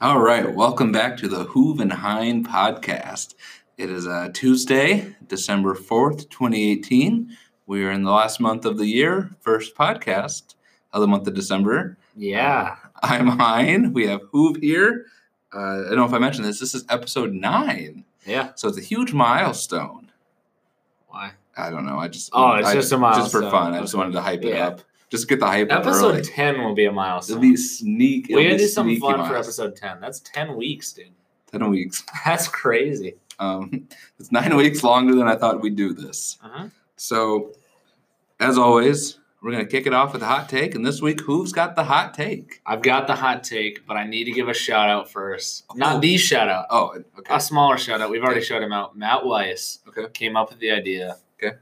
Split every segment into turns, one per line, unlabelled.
All right, welcome back to the Hoove and Hine podcast. It is uh, Tuesday, December 4th, 2018. We are in the last month of the year, first podcast of the month of December.
Yeah.
I'm Hine. We have Hoove here. Uh, I don't know if I mentioned this. This is episode nine.
Yeah.
So it's a huge milestone.
Why?
I don't know. I just
Oh, it's
I-
just a
Just for
milestone.
fun. I just wanted to hype it
Yeah.
up. Just get the hype up
Episode
early.
10 will be a
It'll
milestone.
be sneak.
we
it'll
gotta
be
do something
sneaky
fun for
milestone.
episode 10. That's 10 weeks, dude.
Ten weeks.
That's crazy.
Um, it's nine weeks longer than I thought we'd do this.
Uh-huh.
So, as always, we're going to kick it off with a hot take. And this week, who's got the hot take?
I've got the hot take, but I need to give a shout out first.
Oh.
Not the shout out,
Oh, okay.
a smaller shout out. We've already
Okay.
shouted him out. Matt Weiss
Okay.
came up with the idea.
Okay.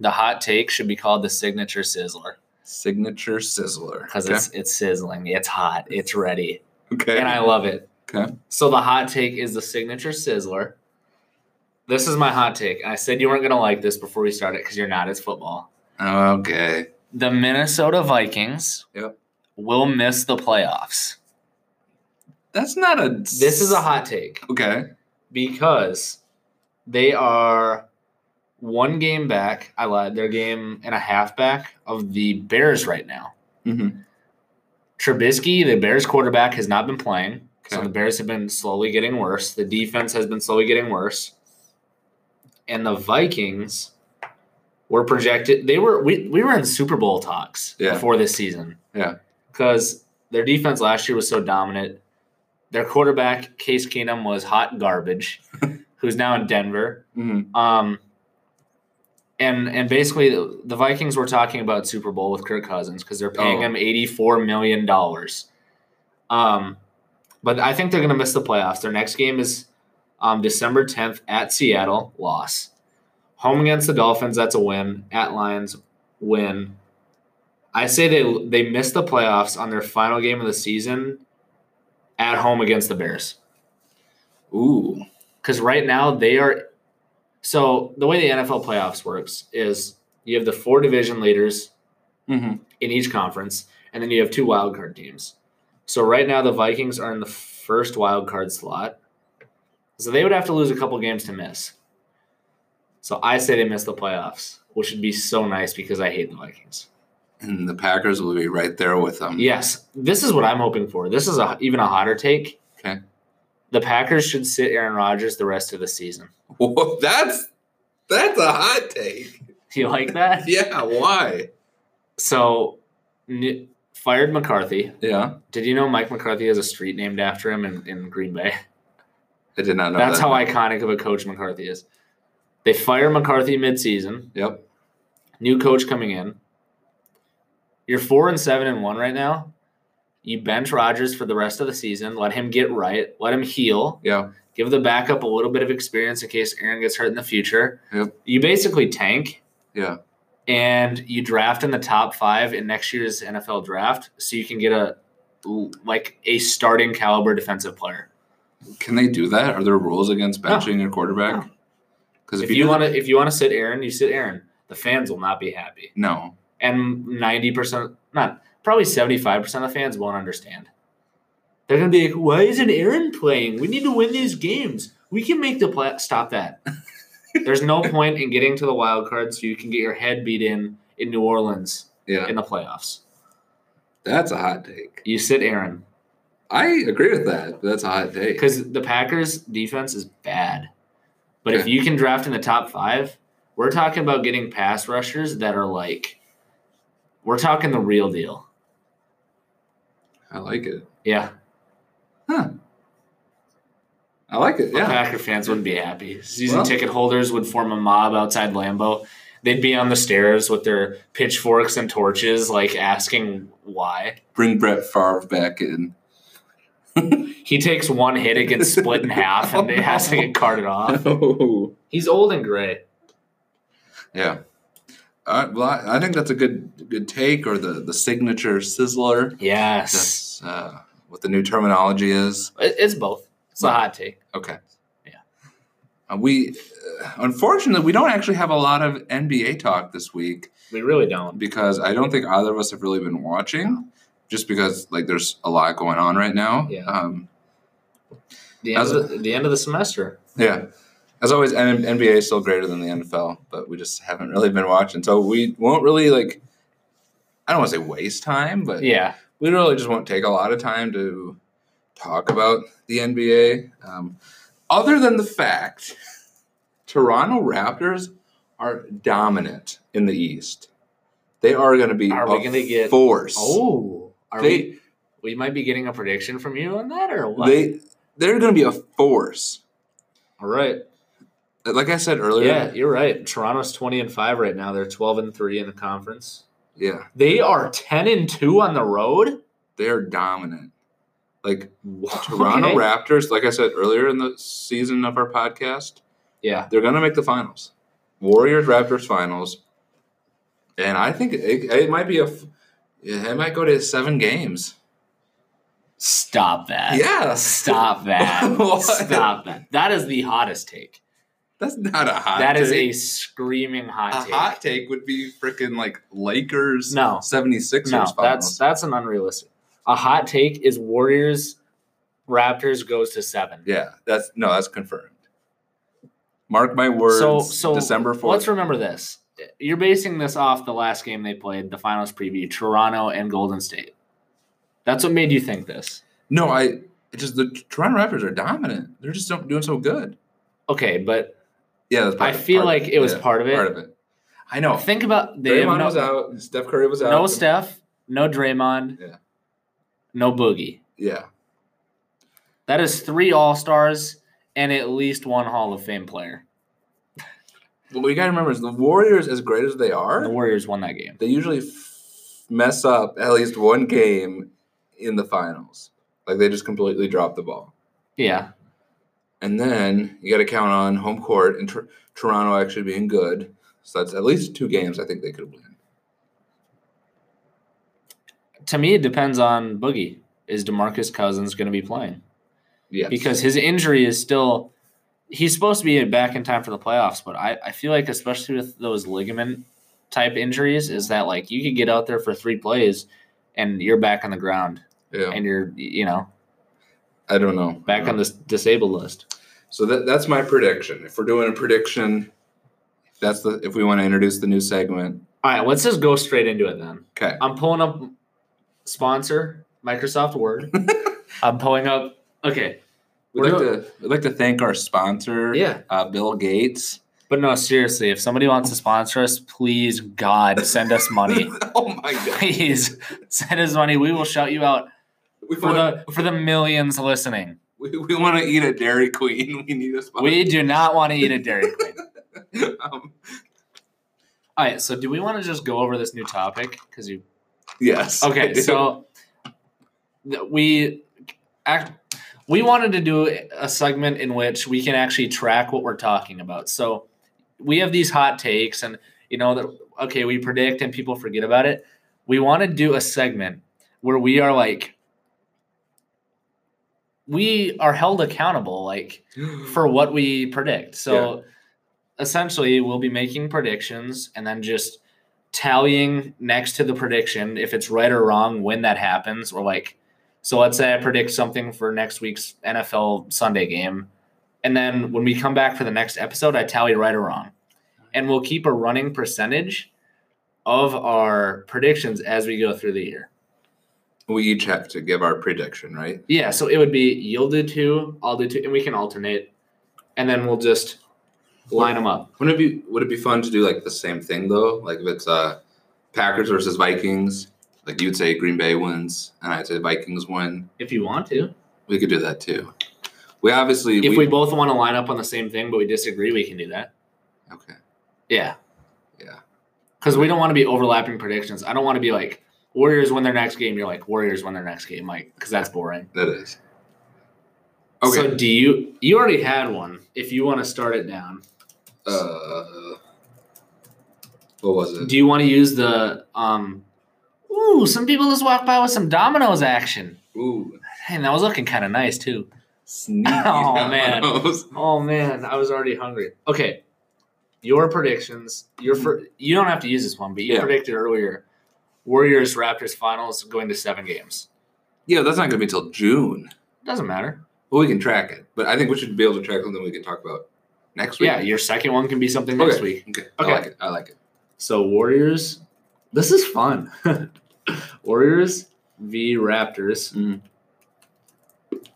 The hot take should be called the signature sizzler
Signature sizzler.
because
okay.
it's it's sizzling, it's hot, it's ready,
okay.
and I love it.
okay.
So the hot take is the signature sizzler. This is my hot take. I said you weren't gonna like this before we started because you're not. It's football.
Okay.
The Minnesota Vikings
Yep.
will miss the playoffs.
That's not a.
This is a hot take
Okay.
because they are one game back. I lied. They're a game and a half back of the Bears right now.
Mm-hmm.
Trubisky, the Bears quarterback, has not been playing. So
Okay.
the Bears have been slowly getting worse. The defense has been slowly getting worse. And the Vikings were projected they were we, we were in Super Bowl talks
Yeah.
before this season.
Yeah.
Because their defense last year was so dominant. Their quarterback, Case Keenum, was hot garbage, who's now in Denver.
Mm-hmm.
Um, and and basically, the, the Vikings were talking about Super Bowl with Kirk Cousins because they're paying
Oh.
him eighty four million dollars. Um, but I think they're going to miss the playoffs. Their next game is um, December tenth at Seattle. Loss. Home against the Dolphins. That's a win. At Lions, win. I say they they miss the playoffs on their final game of the season at home against the Bears
Ooh.
because right now they are so the way the NFL playoffs works is you have the four division leaders
Mm-hmm.
in each conference, and then you have two wild card teams. So right now the Vikings are in the first wild card slot, so they would have to lose a couple games to miss. So I say they miss the playoffs, which would be so nice because I hate the Vikings.
And the Packers will be right there with them.
Yes, this is what I'm hoping for. This is a, even a hotter take.
Okay.
The Packers should sit Aaron Rodgers the rest of the season.
Whoa, that's that's a hot take.
Do you like that?
Yeah. Why?
So, n- fired McCarthy.
Yeah.
Did you know Mike McCarthy has a street named after him in, in Green Bay?
I did not know
That's
that.
how iconic of a coach McCarthy is. They fire McCarthy midseason,
Yep.
new coach coming in. You're four and seven and one right now. You bench Rodgers for the rest of the season. Let him get right. Let him heal.
Yeah.
Give the backup a little bit of experience in case Aaron gets hurt in the future.
Yep.
You basically tank.
Yeah.
and you draft in the top five in next year's NFL draft, so you can get a like a starting caliber defensive player.
Can they do that? Are there rules against
No.
benching your quarterback? Because
If you want to, if you want to sit Aaron, you sit Aaron. The fans will not be happy,
no,
and ninety percent, not probably seventy five percent of fans won't understand. They're gonna be like, "Why isn't Aaron playing? We need to win these games. We can make the play." Stop that. There's no point in getting to the wild card so you can get your head beat in in New Orleans
yeah,
in the playoffs.
that's a hot take.
You sit Aaron.
I agree with that. That's a hot take.
because the Packers defense is bad. But if you can draft in the top five, we're talking about getting pass rushers that are like, we're talking the real deal.
I like it.
Yeah,
I like it.
the
Yeah,
Packer fans wouldn't be happy. Season
Well-
ticket holders would form a mob outside Lambeau. They'd be on the stairs with their pitchforks and torches, like asking why.
bring Brett Favre back in.
He takes one hit, it gets split in half, and it has to get carted off.
Oh,
He's old and gray.
yeah. All right, well, I, I think that's a good good take or the the signature sizzler.
Yes.
That's uh, what the new terminology is.
It- It's both. It's a hot take.
Okay.
Yeah.
Uh, we uh, unfortunately we don't actually have a lot of NBA talk this week.
We really don't.
because I don't think either of us have really been watching, just because like there's a lot going on right now.
Yeah.
Um,
The end, of the, the end of the semester.
Yeah. As always, N- NBA is still greater than the NFL, but we just haven't really been watching. So we won't really like. I don't want to say waste time, but
Yeah.
we really just won't take a lot of time to talk about the NBA. Um, other than the fact, Toronto Raptors are dominant in the East. They are going to be
Are we
a
gonna get-
force.
Oh, are
they
we? We might be getting a prediction from you on that, or what?
they they're going to be a force.
All right.
Like I said earlier,
Yeah, you're right. Toronto's twenty and five right now. They're twelve and three in the conference.
yeah,
They are ten and two on the road.
they're dominant. Like Toronto
Toronto
Raptors, like I said earlier in the season of our podcast,
Yeah.
they're going to make the finals. Warriors Raptors finals. And I think it, it might be a f- it might go to 7 games.
Stop that.
Yeah.
Stop that.
What?
Stop that. That is the hottest take.
That's not a hot
That is
take.
a screaming hot
a
take.
hot take would be freaking like Lakers
No.
76ers
no,
finals.
that's that's an unrealistic. A hot take is Warriors Raptors goes to seven.
yeah, that's no, that's confirmed. Mark my words,
So so
December 4th.
Let's remember this. You're basing this off the last game they played, the finals preview, Toronto and Golden State. That's what made you think this.
no, I it just the Toronto Raptors are dominant. They're just don't- doing so good.
Okay, but
Yeah, that's part
I
of it,
feel
part of
like it was
Yeah,
part of it.
part of it. I know.
Think about they have
Draymond
no,
was out. Steph Curry was out.
no Steph, no Draymond,
Yeah.
no Boogie.
Yeah,
That is three All Stars and at least one Hall of Fame player.
what we gotta remember is the Warriors, as great as they
The
are,
Warriors won that game.
they usually f- mess up at least one game in the finals. Like they just completely drop the ball,
Yeah,
and then you got to count on home court and Tor- Toronto actually being good. So that's at least two games I think they could win.
to me, it depends on Boogie. Is Demarcus Cousins going to be playing?
Yeah,
Because his injury is still, he's supposed to be back in time for the playoffs, but I, I feel like, especially with those ligament type injuries, is that like you could get out there for three plays and you're back on the ground
yeah,
and you're, you know,
I don't know.
back on the disabled list.
So that, that's my prediction. If we're doing a prediction, if that's the if we want to introduce the new segment.
All right, let's just go straight into it then.
Okay.
I'm pulling up sponsor Microsoft Word. I'm pulling up. Okay,
We'd like,
We're
to, we'd like to thank our sponsor,
Yeah.
uh, Bill Gates.
but no, seriously, if somebody wants to sponsor us, please God send us money.
oh my god!
please send us money. We will shout you out
We
for
want,
the for the millions listening.
we, we want to eat a Dairy Queen. We need a sponsor.
We do not want to eat a Dairy Queen.
um,
All right, so do we want to just go over this new topic? Because you
yes. I
okay,
do.
so th- we act, we wanted to do a segment in which we can actually track what we're talking about. So we have these hot takes, and you know that okay, we predict and people forget about it. We want to do a segment where we are like we are held accountable, like for what we predict. So essentially, we'll be making predictions and then just tallying next to the prediction if it's right or wrong when that happens. Or like, so let's say I predict something for next week's NFL Sunday game. And then when we come back for the next episode, I tally right or wrong. And we'll keep a running percentage of our predictions as we go through the year.
we each have to give our prediction, right?
Yeah, so it would be you'll do two, I'll do two, and we can alternate. And then we'll just line them up.
Wouldn't it be Would it be fun to do like the same thing though? Like if it's uh, Packers versus Vikings, like you'd say Green Bay wins, and I'd say Vikings win.
If you want to.
We could do that too. We obviously
If we both want to line up on the same thing, but we disagree, we can do that.
okay.
Yeah.
Yeah.
Because we don't want to be overlapping predictions. I don't want to be like, Warriors win their next game. You're like, Warriors win their next game. Like, because that's boring.
That is.
So
Okay.
do you, you already had one. If you want to start it down,
uh, what was it?
do you want to use the, um, ooh, some people just walked by with some dominoes action.
Ooh,
And that was looking kind of nice, too.
sneaky.
Oh, man.
dominoes.
Oh man, I was already hungry. Okay, your predictions. Your fir- you don't have to use this one, but you
Hmm. Yeah.
predicted earlier Warriors Raptors finals going to seven games.
Yeah, that's not gonna be till June.
Doesn't matter.
Well, we can track it, but I think we should be able to track something we can talk about next week.
Yeah, your second one can be something
okay.
next week.
Okay.
Okay.
I like it. I like it.
So Warriors, this is fun. Warriors v Raptors
Mm.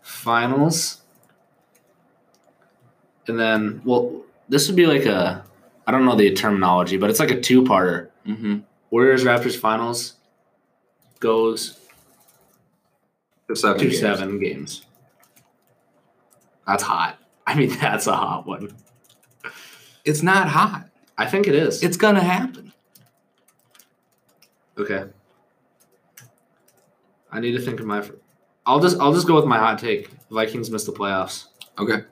finals, and then well, this would be like a I don't know the terminology, but it's like a two-parter.
Mm-hmm.
Warriors Raptors finals goes
Seven
to
games.
seven games. That's hot. I mean, that's a hot one.
It's not hot.
I think it is.
It's gonna happen.
Okay. I need to think of my. fir- I'll just I'll just go with my hot take. Vikings miss the playoffs.
Okay.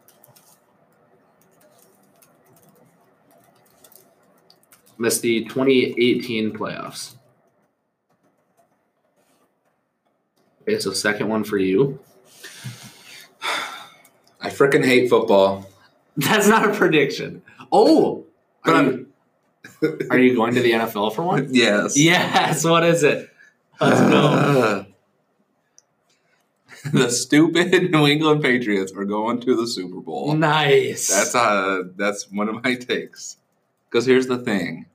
Miss the 2018 playoffs. Okay, so second one for you.
I freaking hate football.
That's not a prediction. Oh,
But
are
I'm-
you- are you going to the NFL for one?
Yes.
Yes. What is it? Let's go.
the stupid New England Patriots are going to the Super Bowl.
Nice.
That's uh that's one of my takes. Because here's the thing.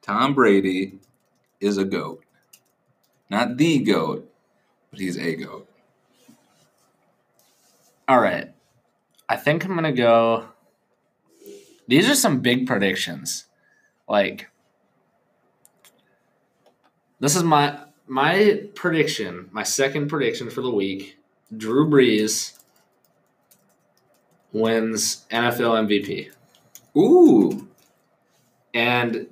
Tom Brady is a goat. Not the goat, but he's a goat.
All right. I think I'm going to go. These are some big predictions. Like, this is my my prediction, my second prediction for the week. Drew Brees wins NFL MVP,
Ooh.
and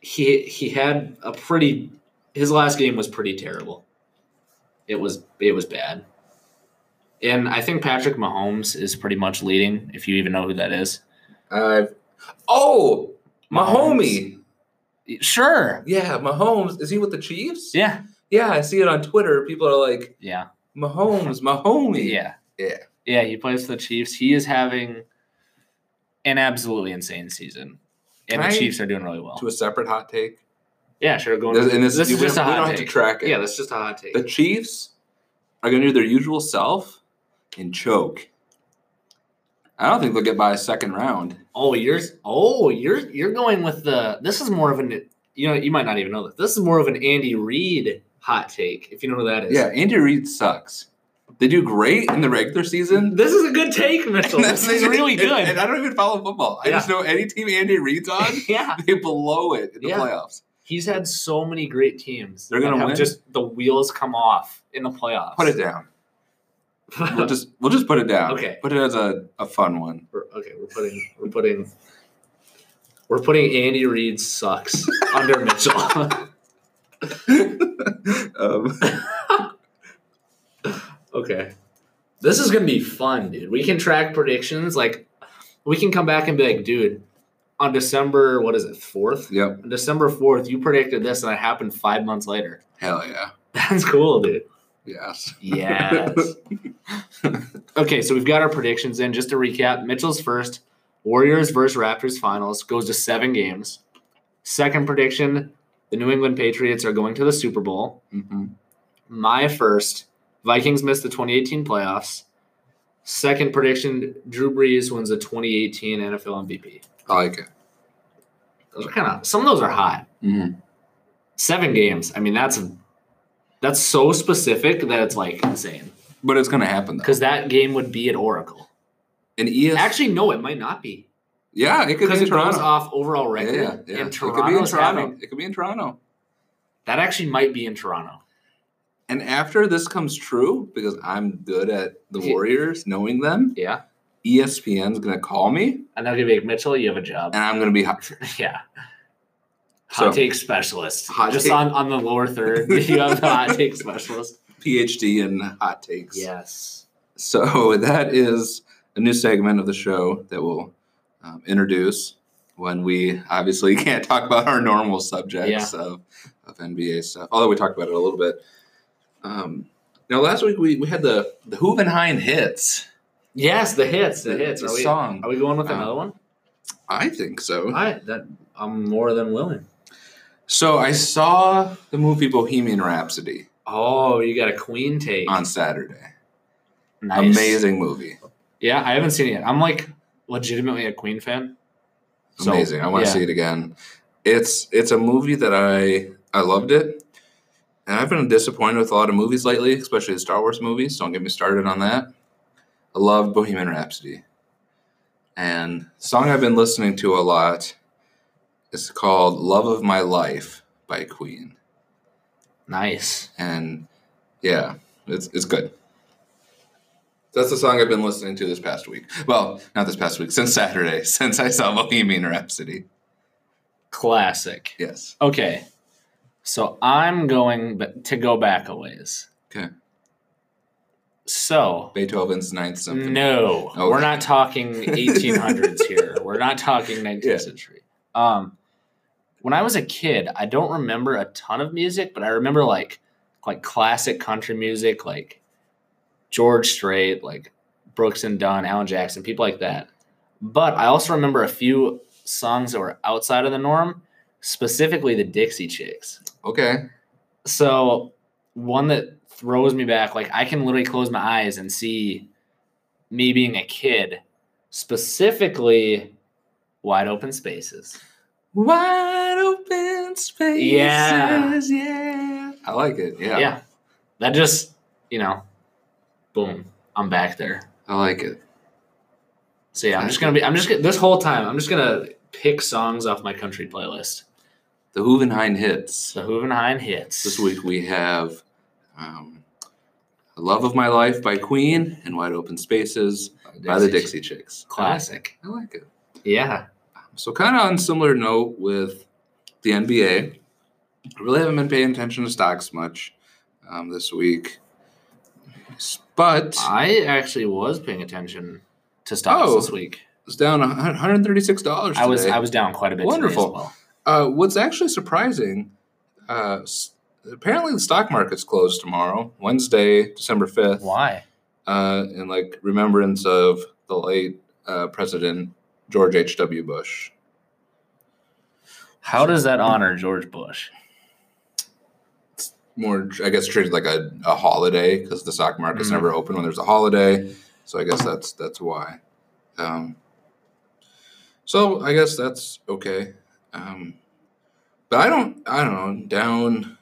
he he had a pretty. His last game was pretty terrible. It was it was bad, and I think Patrick Mahomes is pretty much leading. If you even know who that is,
Uh, oh, Mahomie.
sure,
Yeah, Mahomes. Is he with the Chiefs?
yeah,
Yeah, I see it on Twitter. People are like,
yeah,
Mahomes, Mahoney.
yeah,
Yeah.
yeah. He plays for the Chiefs. He is having an absolutely insane season,
Can
and
I-
the Chiefs are doing really well.
To a separate hot take.
Yeah, sure. Going
This- and this,
this
we,
is just a
don't- we
hot
don't have
take.
to track it.
Yeah, that's just a hot take.
the Chiefs are going to do their usual self and choke. I don't think they'll get by a second round.
Oh, you're oh you're you're going with the. This is more of an you know you might not even know this. This is more of an Andy Reid hot take if you know who that is.
Yeah, Andy Reid sucks. They do great in the regular season.
this is a good take, Mitchell.
And
this is really
and-
good.
And, I don't even follow football. I
Yeah.
just know any team Andy Reid's on,
yeah,
they blow it in the
Yeah.
playoffs.
he's had so many great teams.
They're gonna
that have
win.
Just the wheels come off in the playoffs.
Put it down. We'll just we'll just put it down.
Okay.
Put it as a, a fun one.
We're- okay, we're putting we're putting we're putting Andy Reid sucks under Mitchell.
um,
okay, this is gonna be fun, dude. We can track predictions. Like, we can come back and be like, dude, on December what is it fourth?
yep.
On December fourth, you predicted this, and it happened five months later.
Hell yeah.
That's cool, dude.
Yes.
Yes. okay, so we've got our predictions in. Just to recap, Mitchell's first Warriors versus Raptors finals goes to seven games. Second prediction, the New England Patriots are going to the Super Bowl.
hmm
My first, Vikings miss the 2018 playoffs. Second prediction, Drew Brees wins the 2018 NFL MVP.
I like it.
Those are kind of some of those are hot.
hmm
Seven games. I mean, that's that's so specific that it's like insane
But it's gonna happen though.
because that game would be at Oracle.
And ES
Actually, no, it might not be
Yeah, it could be
because
in
it goes
Toronto.
off overall
Yeah,
record.
yeah, yeah.
And
It could be in
Toronto's
Toronto.
having
It could be in Toronto.
that actually might be in Toronto.
And after this comes true, because I'm good at the
Yeah.
Warriors, knowing them, E
Yeah,
ESPN's gonna call me,
and they'll give you Mitchell. You have a job.
and I'm gonna be hot.
yeah. Hot
So-
take specialist.
Hot
Just
take-
on on the lower third, you have the hot take specialist.
PhD in hot takes.
Yes.
So that is a new segment of the show that we'll um, introduce when we obviously can't talk about our normal subjects of, of NBA stuff, although we talked about it a little bit. Um, now, last week we, we had the, the Hoovenheim hits.
Yes, the hits, the hits.
The
Are we,
song.
are we going with
Um,
another one?
I think so.
I that I'm more than willing.
So I saw the movie Bohemian Rhapsody
Oh, you got a queen take.
on Saturday.
Nice.
Amazing movie.
Yeah, I haven't seen it yet. I'm like legitimately a Queen fan. So,
Amazing. I want to
yeah.
see it again. It's it's a movie that I I loved it, and I've been disappointed with a lot of movies lately, especially the Star Wars movies. Don't get me started on that. I love Bohemian Rhapsody, and song I've been listening to a lot is called "Love of My Life" by Queen,
Nice.
and yeah, it's it's good. That's the song I've been listening to this past week. Well, not this past week, since Saturday, since I saw Bohemian Rhapsody.
Classic.
Yes.
Okay. So I'm going b- to go back a ways.
Okay.
So,
Beethoven's Ninth Symphony.
no,
Okay.
we're not talking 1800s here. We're not talking 19th
Yeah.
century. Um, when I was a kid, I don't remember a ton of music, but I remember like like classic country music, like George Strait, like Brooks and Dunn, Alan Jackson, people like that. But I also remember a few songs that were outside of the norm, specifically the Dixie Chicks.
Okay.
So one that throws me back, like I can literally close my eyes and see me being a kid, specifically wide open spaces.
Wide open spaces.
Yeah.
yeah. I like it. Yeah.
Yeah. That just, you know, boom, I'm back there.
I like it.
So yeah, I'm just gonna be I'm just gonna this whole time, I'm just gonna pick songs off my country playlist.
The Hoovenheim hits.
The Hoovenheim hits.
This week we have um, Love of My Life by Queen and Wide Open Spaces by the Dixie Chicks.
Classic.
I like it.
Yeah.
So, kind of on similar note with the NBA, I really haven't been paying attention to stocks much um, this week. But.
I actually was paying attention to stocks
Oh.
this week.
was down one hundred thirty-six dollars.
I was I was down quite a bit. today as
Wonderful.
well.
Uh, what's actually surprising? Uh, s- apparently, the stock market's closed tomorrow, Wednesday, December fifth.
Why?
Uh, in like remembrance of the late uh, President George H. W. Bush.
How does that honor George Bush?
More, I guess, treated like a, a holiday because the stock market's
Mm.
never open when there's a holiday. So I guess that's that's why. Um, so I guess that's okay. Um, but I don't, I don't know, down,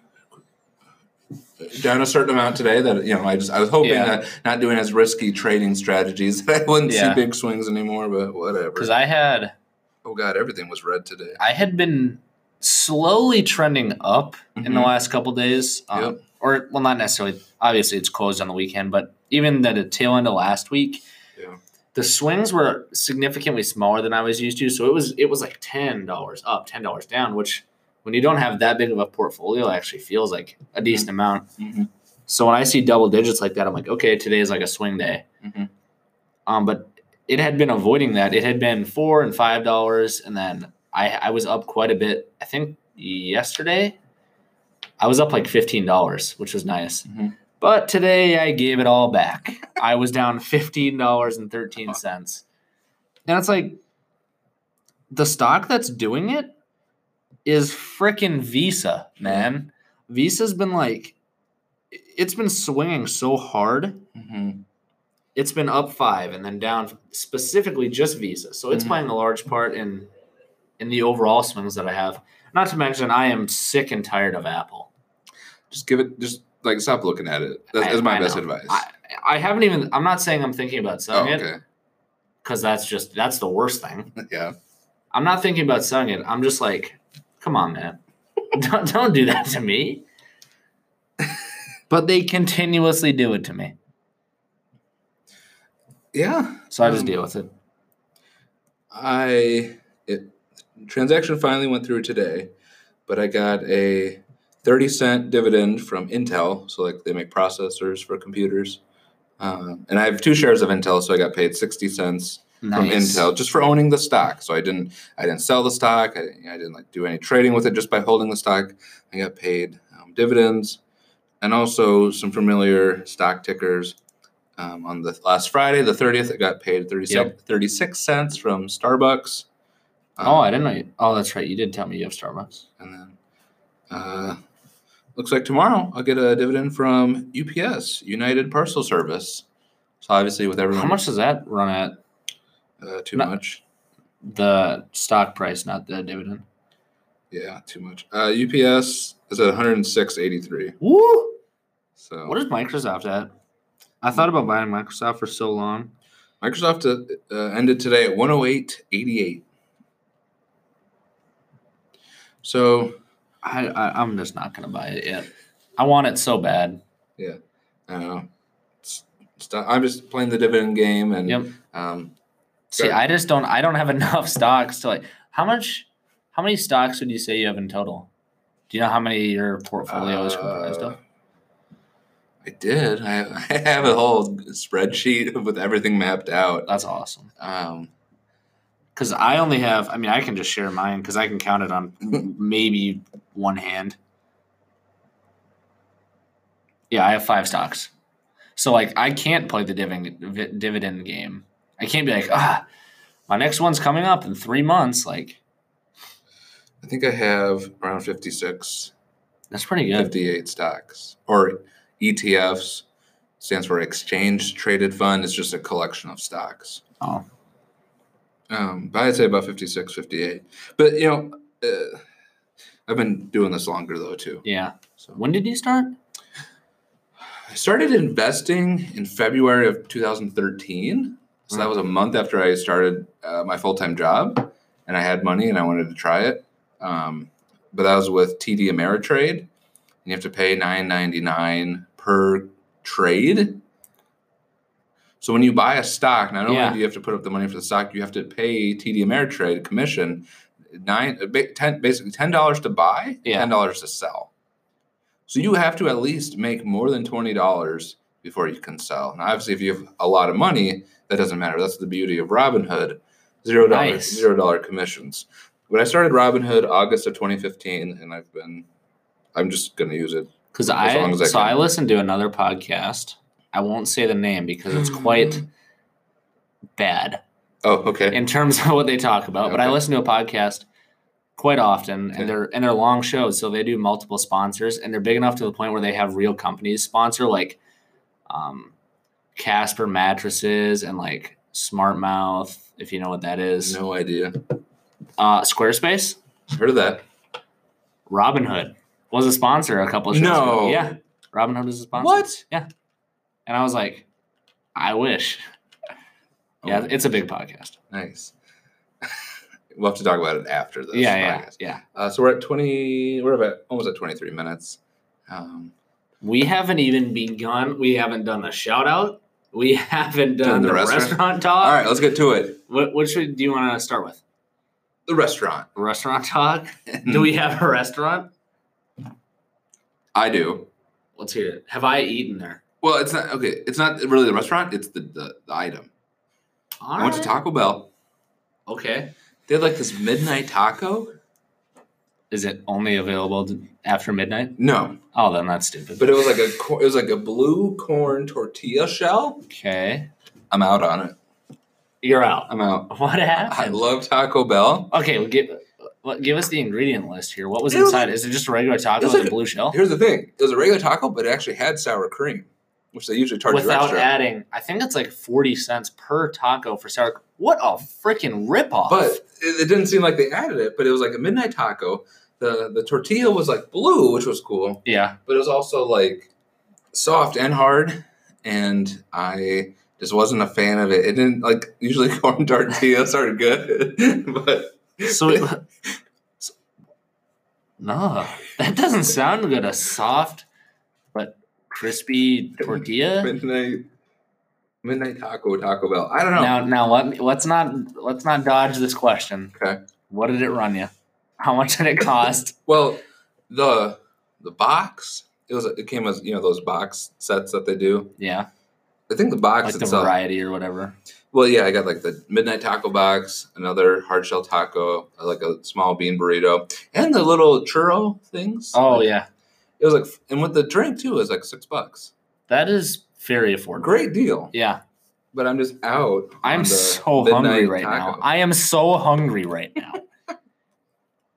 down a certain amount today. That you know, I just I was hoping
Yeah.
that not doing as risky trading strategies that I wouldn't
Yeah.
see big swings anymore. But whatever.
Because I had
oh God, everything was red today.
I had been slowly trending up in the
Mhm.
last couple days, um,
Yep.
or well, not necessarily. Obviously, it's closed on the weekend, but even the tail end of last week,
Yeah.
the swings were significantly smaller than I was used to. So it was it was like ten dollars up, ten dollars down, which when you don't have that big of a portfolio, actually feels like a decent amount.
Mhm.
So when I see double digits like that, I'm like, okay, today is like a swing day.
Mhm.
Um, but it had been avoiding that. It had been four and five dollars, and then I I was up quite a bit. I think yesterday, I was up like fifteen dollars, which was nice.
Mhm.
But today I gave it all back. I was down fifteen dollars and thirteen cents, and it's like the stock that's doing it is frickin' Visa, man. Visa's been like, it's been swinging so hard.
Mhm.
It's been up five and then down, specifically just Visa. So it's
Mhm.
playing a large part in in the overall swings that I have. Not to mention, I am sick and tired of Apple.
Just give it. Just like stop looking at it. That's,
I-
that's my
I
best
know.
advice.
I haven't even. I'm not saying I'm thinking
oh,
about selling it
okay.
because that's just that's the worst thing.
yeah.
I'm not thinking about selling it. I'm just like, come on, man. don't don't do that to me. but they continuously do it to me.
Yeah.
So I just
Um,
deal with it.
I it, transaction finally went through today, but I got a thirty cent dividend from Intel. So like they make processors for computers, uh, and I have two shares of Intel, so I got paid sixty cents from Intel just for owning the stock. So I didn't I didn't sell the stock. I, didn't- I didn't like do any trading with it just by holding the stock. I got paid um, dividends, and also some familiar stock tickers. Um, on the last Friday, the thirtieth, I got paid 36, 36 cents from Starbucks. Um,
Oh, I didn't know. You, oh, that's right. You did tell me you have Starbucks.
and then uh, looks like tomorrow I'll get a dividend from UPS, United Parcel Service. So obviously, with everyone,
How much does that run at?
Uh, too
No.
much.
The stock price, not the dividend.
Yeah, too much. Uh, UPS is at 106.83.
Woo!
So
What is Microsoft at? I thought about buying Microsoft for so long.
Microsoft uh, uh, ended today at 108.88. So
I, I I'm just not gonna buy it yet. I want it so bad.
I don't know. It's, it's not- I'm just playing the dividend game, and
Yep.
um,
See,
Sure.
I just don't. I don't have enough stocks to like. How much? How many stocks would you say you have in total? Do you know how many your portfolio is comprised
Uh,
of?
I did. I, I have a whole spreadsheet with everything mapped out.
That's awesome.
Um,
Because I only have. I mean, I can just share mine because I can count it on maybe one hand. Yeah, I have five stocks. So like, I can't play the dividend dividend game. I can't be like, ah, my next one's coming up in three months. Like,
I think I have around 56,
that's pretty good.
58 stocks or ETFs. Stands for exchange traded fund. It's just a collection of stocks.
Oh,
Um, but I'd say about 56, 58. But you know, uh, I've been doing this longer though too.
yeah.
So
When did you start?
I started investing in February of 2013. So that was a month after I started uh, my full time job and I had money and I wanted to try it. Um, but that was with TD Ameritrade. And you have to pay $9.99 per trade. So when you buy a stock, not only
Yeah.
do you have to put up the money for the stock, you have to pay TD Ameritrade commission nine, uh, ba- ten, basically ten dollars to buy,
Yeah.
ten dollars to sell. So you have to at least make more than twenty dollars before you can sell. Now, obviously, if you have a lot of money, that doesn't matter. That's the beauty of Robinhood, zero dollars,
Nice.
zero dollar commissions. When I started Robinhood, August of 2015, and I've been, I'm just going to use it.
Because I
long as I
so I
can.
listened to another podcast. I won't say the name because it's quite bad
Oh, okay.
in terms of what they talk about. But I
Okay.
listen to a podcast quite often,
Okay.
and they're and they're long shows, so they do multiple sponsors, and they're big enough to the point where they have real companies sponsor, like um, Casper mattresses and like Smart Mouth, if you know what that is.
no idea.
Uh, Squarespace,
Heard of that?
Robinhood was a sponsor a couple of shows ago.
No.
Yeah, Robinhood was a sponsor.
What?
And I was like, I wish. Yeah, it's a big podcast.
Oh, nice. we'll have to talk about it after this.
yeah, yeah,
podcast.
yeah.
Uh, so we're at 20, we're about almost at 23 minutes. Um,
We haven't even begun. We haven't done a shout out. We haven't done,
Done
the,
the
restaurant,
restaurant?
talk.
all right, let's get to it.
What, what should do you want to start with?
The restaurant.
Restaurant talk. do
Hmm.
we have a restaurant?
I do.
Let's hear it. Have I eaten there?
Well, it's not, okay, it's not really the restaurant, it's the, the, the item. I went to
Alright.
Taco Bell.
Okay.
They had like this midnight taco.
Is it only available to, after midnight?
No,
Oh, then that's stupid.
but it was like a cor- it was like a blue corn tortilla shell.
okay,
I'm out on it.
you're out.
I'm out.
What
I
happened?
love Taco Bell.
Okay, well, give well, give us the ingredient list here. What was
It was
inside?
like-
Is it just a regular
it
taco
was
with
like
a blue shell?
Here's the thing: it was a regular taco, but it actually had sour cream, which they usually charge you
Without
extra.
adding, I think it's like forty cents per taco for sour. What a freaking ripoff!
but it, it didn't seem like they added it. But it was like a midnight taco. the The tortilla was like blue, which was cool,
yeah,
but it was also like soft and hard. And I just wasn't a fan of it. It didn't like usually corn tortillas are good, but
so. It, so- no, that doesn't sound good. A soft but crispy tortilla.
midnight midnight taco Taco Bell. I don't know.
Now, now let me, let's not let's not dodge this question.
Okay.
What did it run you? How much did it cost?
Well, the the box it was it came as you know those box sets that they do.
yeah,
I think the box
like the
itself.
variety or whatever.
Well, yeah, I got like the midnight taco box, another hard shell taco, uh, like a small bean burrito, and the little churro things.
Oh
Like,
yeah,
it was like and with the drink too it was like six bucks.
that is very affordable.
Great deal,
Yeah.
but I'm just out. on
I'm
the
so
midnight
hungry right
taco.
now. I am so hungry right now.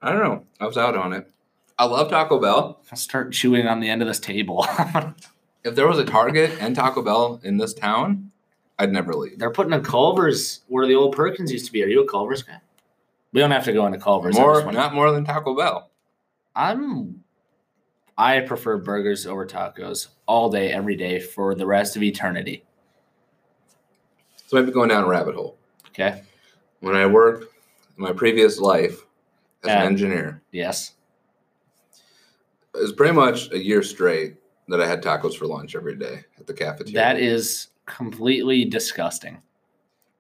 I don't know. I was out on it. I love Taco Bell.
I'll start chewing on the end of this table.
If there was a Target and Taco Bell in this town, I'd never leave.
They're putting a Culver's where the old Perkins used to be. Are you a Culver's guy? We don't have to go into Culver's. I just
More,
wanna-
not more than Taco Bell.
I'm I prefer burgers over tacos all day, every day for the rest of eternity.
So I've been going down a rabbit hole.
Okay.
When I worked in my previous life as
Yeah.
an engineer,
Yes.
it was pretty much a year straight that I had tacos for lunch every day at the cafeteria.
That is completely disgusting.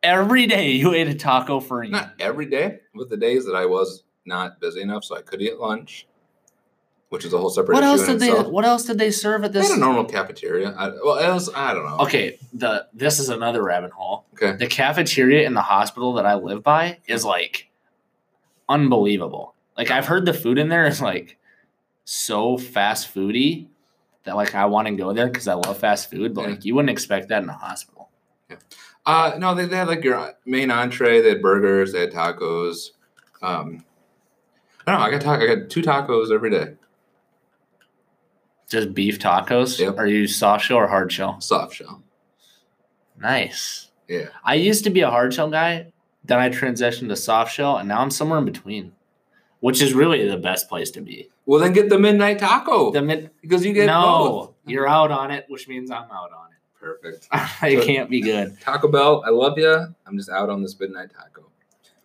Every day you ate a taco for you.
not every day, but the days that I was not busy enough so I could eat lunch, which is a whole separate
What
issue
else
in
did they
itself.
what else did they serve at
They
this?
had a normal cafeteria. I, well, it was, I don't know.
Okay, the this is another rabbit hole.
Okay.
The cafeteria in the hospital that I live by is like unbelievable. Like I've heard the food in there is like so fast foody that like I want to go there because I love fast food, but
Yeah.
like you wouldn't expect that in a hospital.
Uh, no, they, they had like your main entree. They had burgers. They had tacos. Um, I don't know. I got ta- I got two tacos every day.
Just beef tacos.
Yep.
Are you soft shell or hard shell?
Soft shell.
Nice.
Yeah.
I used to be a hard shell guy, then I transitioned to soft shell, and now I'm somewhere in between, which is really the best place to be.
Well, then get the midnight taco
The mid-
because you get
no,
both.
you're out on it, which means I'm out on it.
Perfect.
I can't be good.
Taco Bell, I love you. I'm just out on this midnight taco.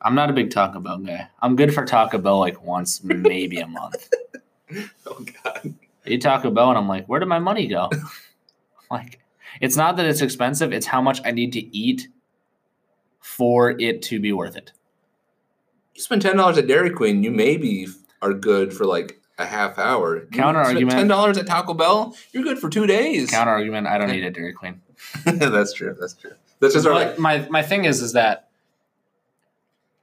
I'm not a big Taco Bell guy. I'm good for Taco Bell like once, maybe a month.
Oh God.
I eat Taco Bell, and I'm like, where did my money go? like, it's not that it's expensive; it's how much I need to eat for it to be worth it.
You spend ten dollars at Dairy Queen, you maybe are good for like a half hour. You
Counterargument.
Ten dollars at Taco Bell, you're good for two days.
Counter argument: I don't need a Dairy Queen.
that's true. That's true. That's just our,
But
like
my my thing is is that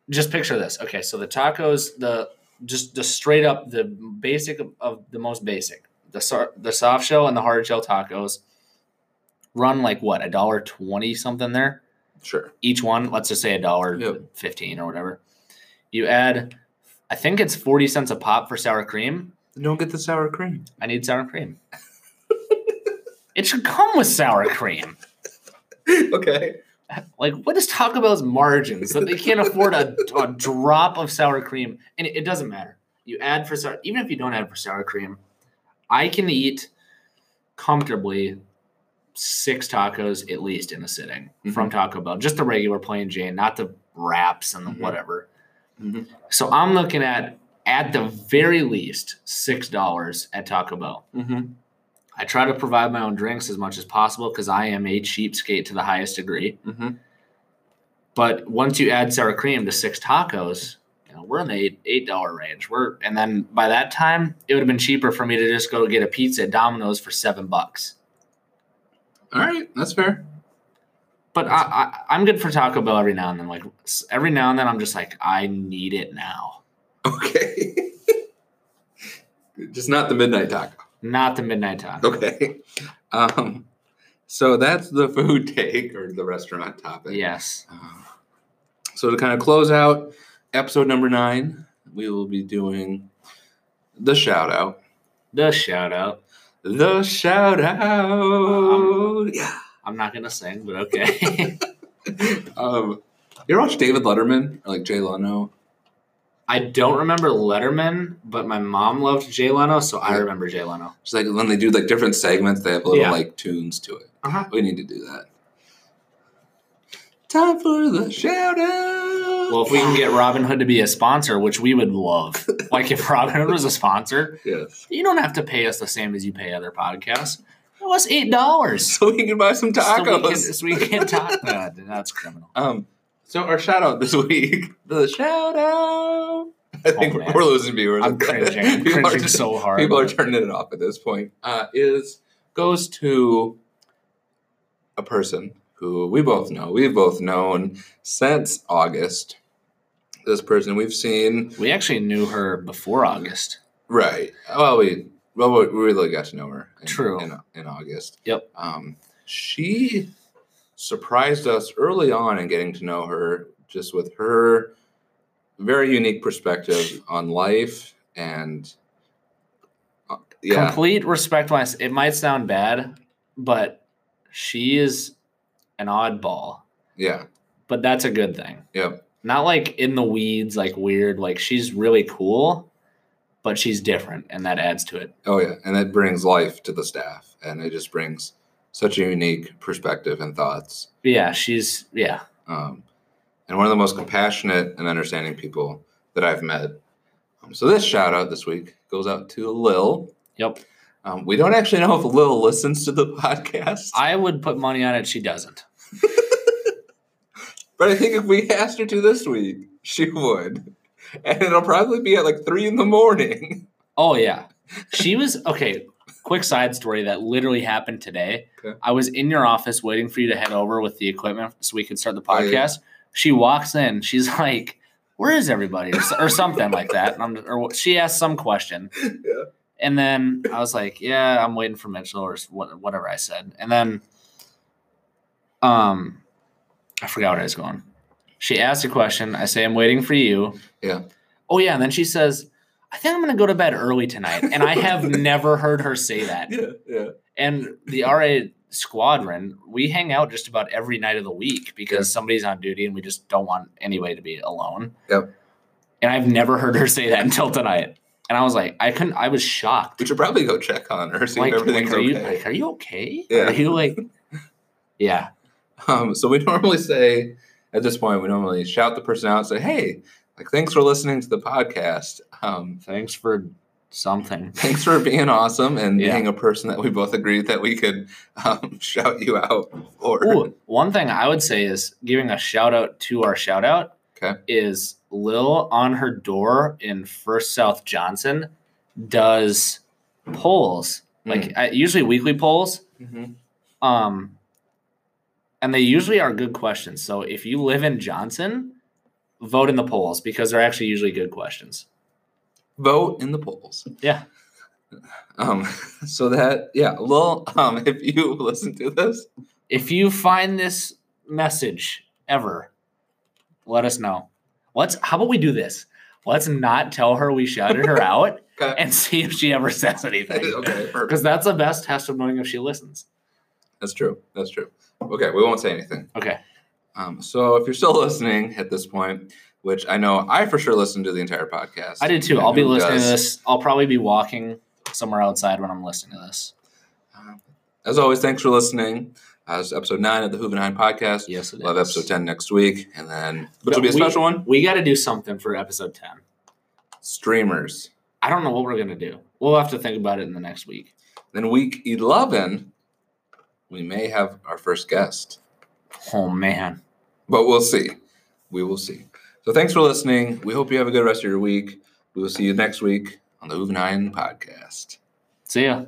just picture this. Okay, so the tacos, the just the straight up the basic of, of the most basic, the sor- the soft shell and the hard shell tacos run like what a dollar twenty something there
sure.
each one. Let's just say a dollar
Yep.
fifteen or whatever. You add, I think it's forty cents a pop for sour cream.
Don't get the sour cream.
I need sour cream. it should come with sour cream.
okay.
Like, what is Taco Bell's margins that they can't afford a, a drop of sour cream? And it, it doesn't matter. You add for sour, even if you don't add for sour cream, I can eat comfortably six tacos at least in a sitting from Taco Bell, just the regular plain Jane, not the wraps and the
Mhm.
whatever.
Mhm.
So I'm looking at at the very least six dollars at Taco Bell.
Mm-hmm.
I try to provide my own drinks as much as possible because I am a cheapskate to the highest degree.
Mm-hmm.
But once you add sour cream to six tacos, you know, we're in the eight eight dollar range. We're and then by that time, it would have been cheaper for me to just go get a pizza at Domino's for seven bucks.
All right, that's fair.
But I, I I'm good for Taco Bell every now and then. Like s- every now and then, I'm just like I need it now.
Okay. just not the midnight taco.
Not the midnight taco.
Okay. Um, so that's the food take or the restaurant topic.
Yes.
Um, so to kind of close out episode number nine, we will be doing the shout out.
The shout out.
The shout out. Yeah.
I'm not gonna sing, but okay.
Um, you ever watch David Letterman or like Jay Leno?
I don't remember Letterman, but my mom loved Jay Leno, so I
Yeah.
remember Jay Leno.
It's like when they do like different segments, they have little
Yeah.
like tunes to it.
Uh-huh.
We need to do that. Time for the shout out.
Well, if we can get Robin Hood to be a sponsor, which we would love, like if Robin Hood was a sponsor,
yes.
you don't have to pay us the same as you pay other podcasts. It was eight dollars.
So we can buy some tacos.
So we can talk. uh, that's criminal.
um, so our shout out this week, the shout out. I think
Oh, man.
we're losing viewers.
I'm cringing. I'm
People are
cringing
just-
so hard.
People are turning it off at this point. Uh, is goes to a person who we both know. We've both known since August. This person we've seen.
we actually knew her before August.
Right. Well, we well we really got to know her. In,
True.
In, in August.
Yep.
Um, she surprised us early on in getting to know her, just with her very unique perspective on life and. uh, Yeah,
Complete respect. When I s- it might sound bad, but she is an oddball,
Yeah.
but that's a good thing.
Yep.
Not like in the weeds, like weird. Like she's really cool, but she's different, and that adds to it.
Oh yeah. And it brings life to the staff, and it just brings such a unique perspective and thoughts.
But yeah, she's yeah.
um, and one of the most compassionate and understanding people that I've met. Um, so this shout out this week goes out to Lil.
Yep.
Um, we don't actually know if Lil listens to the podcast,
I would put money on it. She doesn't.
but I think if we asked her to this week, she would. And it'll probably be at like three in the morning.
Oh yeah, she was okay. Quick side story that literally happened today.
Okay.
I was in your office waiting for you to head over with the equipment so we could start the
Oh,
podcast.
yeah.
She walks in. She's like, "Where is everybody?" or, so- or something like that. And I'm, or she asked some question.
Yeah.
And then I was like, "Yeah, I'm waiting for Mitchell or s- what- whatever I said." And then, um, I forgot what I was going. She asked a question. I say, "I'm waiting for you."
Yeah.
Oh yeah, and then she says, "I think I'm going to go to bed early tonight." And I have never heard her say that.
Yeah, yeah.
And the RA squadron, we hang out just about every night of the week because
Yeah.
somebody's on duty and we just don't want anybody to be alone.
Yep.
And I've never heard her say that until tonight. And I was like, I couldn't. I was shocked.
We should probably go check on her, see
Like,
if everything's
like, are you
okay.
like, are you okay?
Yeah.
Are you like, yeah,
Um, so we normally say at this point, we normally shout the person out, and say, "Hey, like thanks for listening to the podcast." Um,
thanks for something.
thanks for being awesome and
Yeah.
being a person that we both agreed that we could um, shout you out for.
Ooh, one thing I would say is giving a shout out to our shout out
Okay.
is Lil on her door in First South Johnson does polls like uh, usually weekly polls
Mhm.
um and they usually are good questions so if you live in johnson vote in the polls because they're actually usually good questions
vote in the polls.
Yeah.
Um, so that yeah, Lil, um, if you listen to this,
if you find this message ever let us know let's how about we do this let's not tell her we shouted her out
okay,
and see if she ever says anything
okay, perfect.
because that's the best test of knowing if she listens
That's true. That's true. Okay, we won't say anything.
okay
Um, so if you're still listening at this point, which I know I for sure listened to the entire podcast.
i did too
And
i'll be
who
listening to
does?
this i'll probably be walking somewhere outside when i'm listening to this
Um, As always, thanks for listening. Uh, this is episode nine of the Hoovenheim podcast.
yes it is.
We'll have episode 10 next week, and then which
But
will be a
we-
special one
We got to do something for episode 10.
streamers.
I don't know what we're going to do. We'll have to think about it in the next week.
Then, week 11, we may have our first guest,
Oh, man.
but we'll see. We will see. So, thanks for listening. We hope you have a good rest of your week. We will see you next week on the Hoovenheim podcast.
See ya.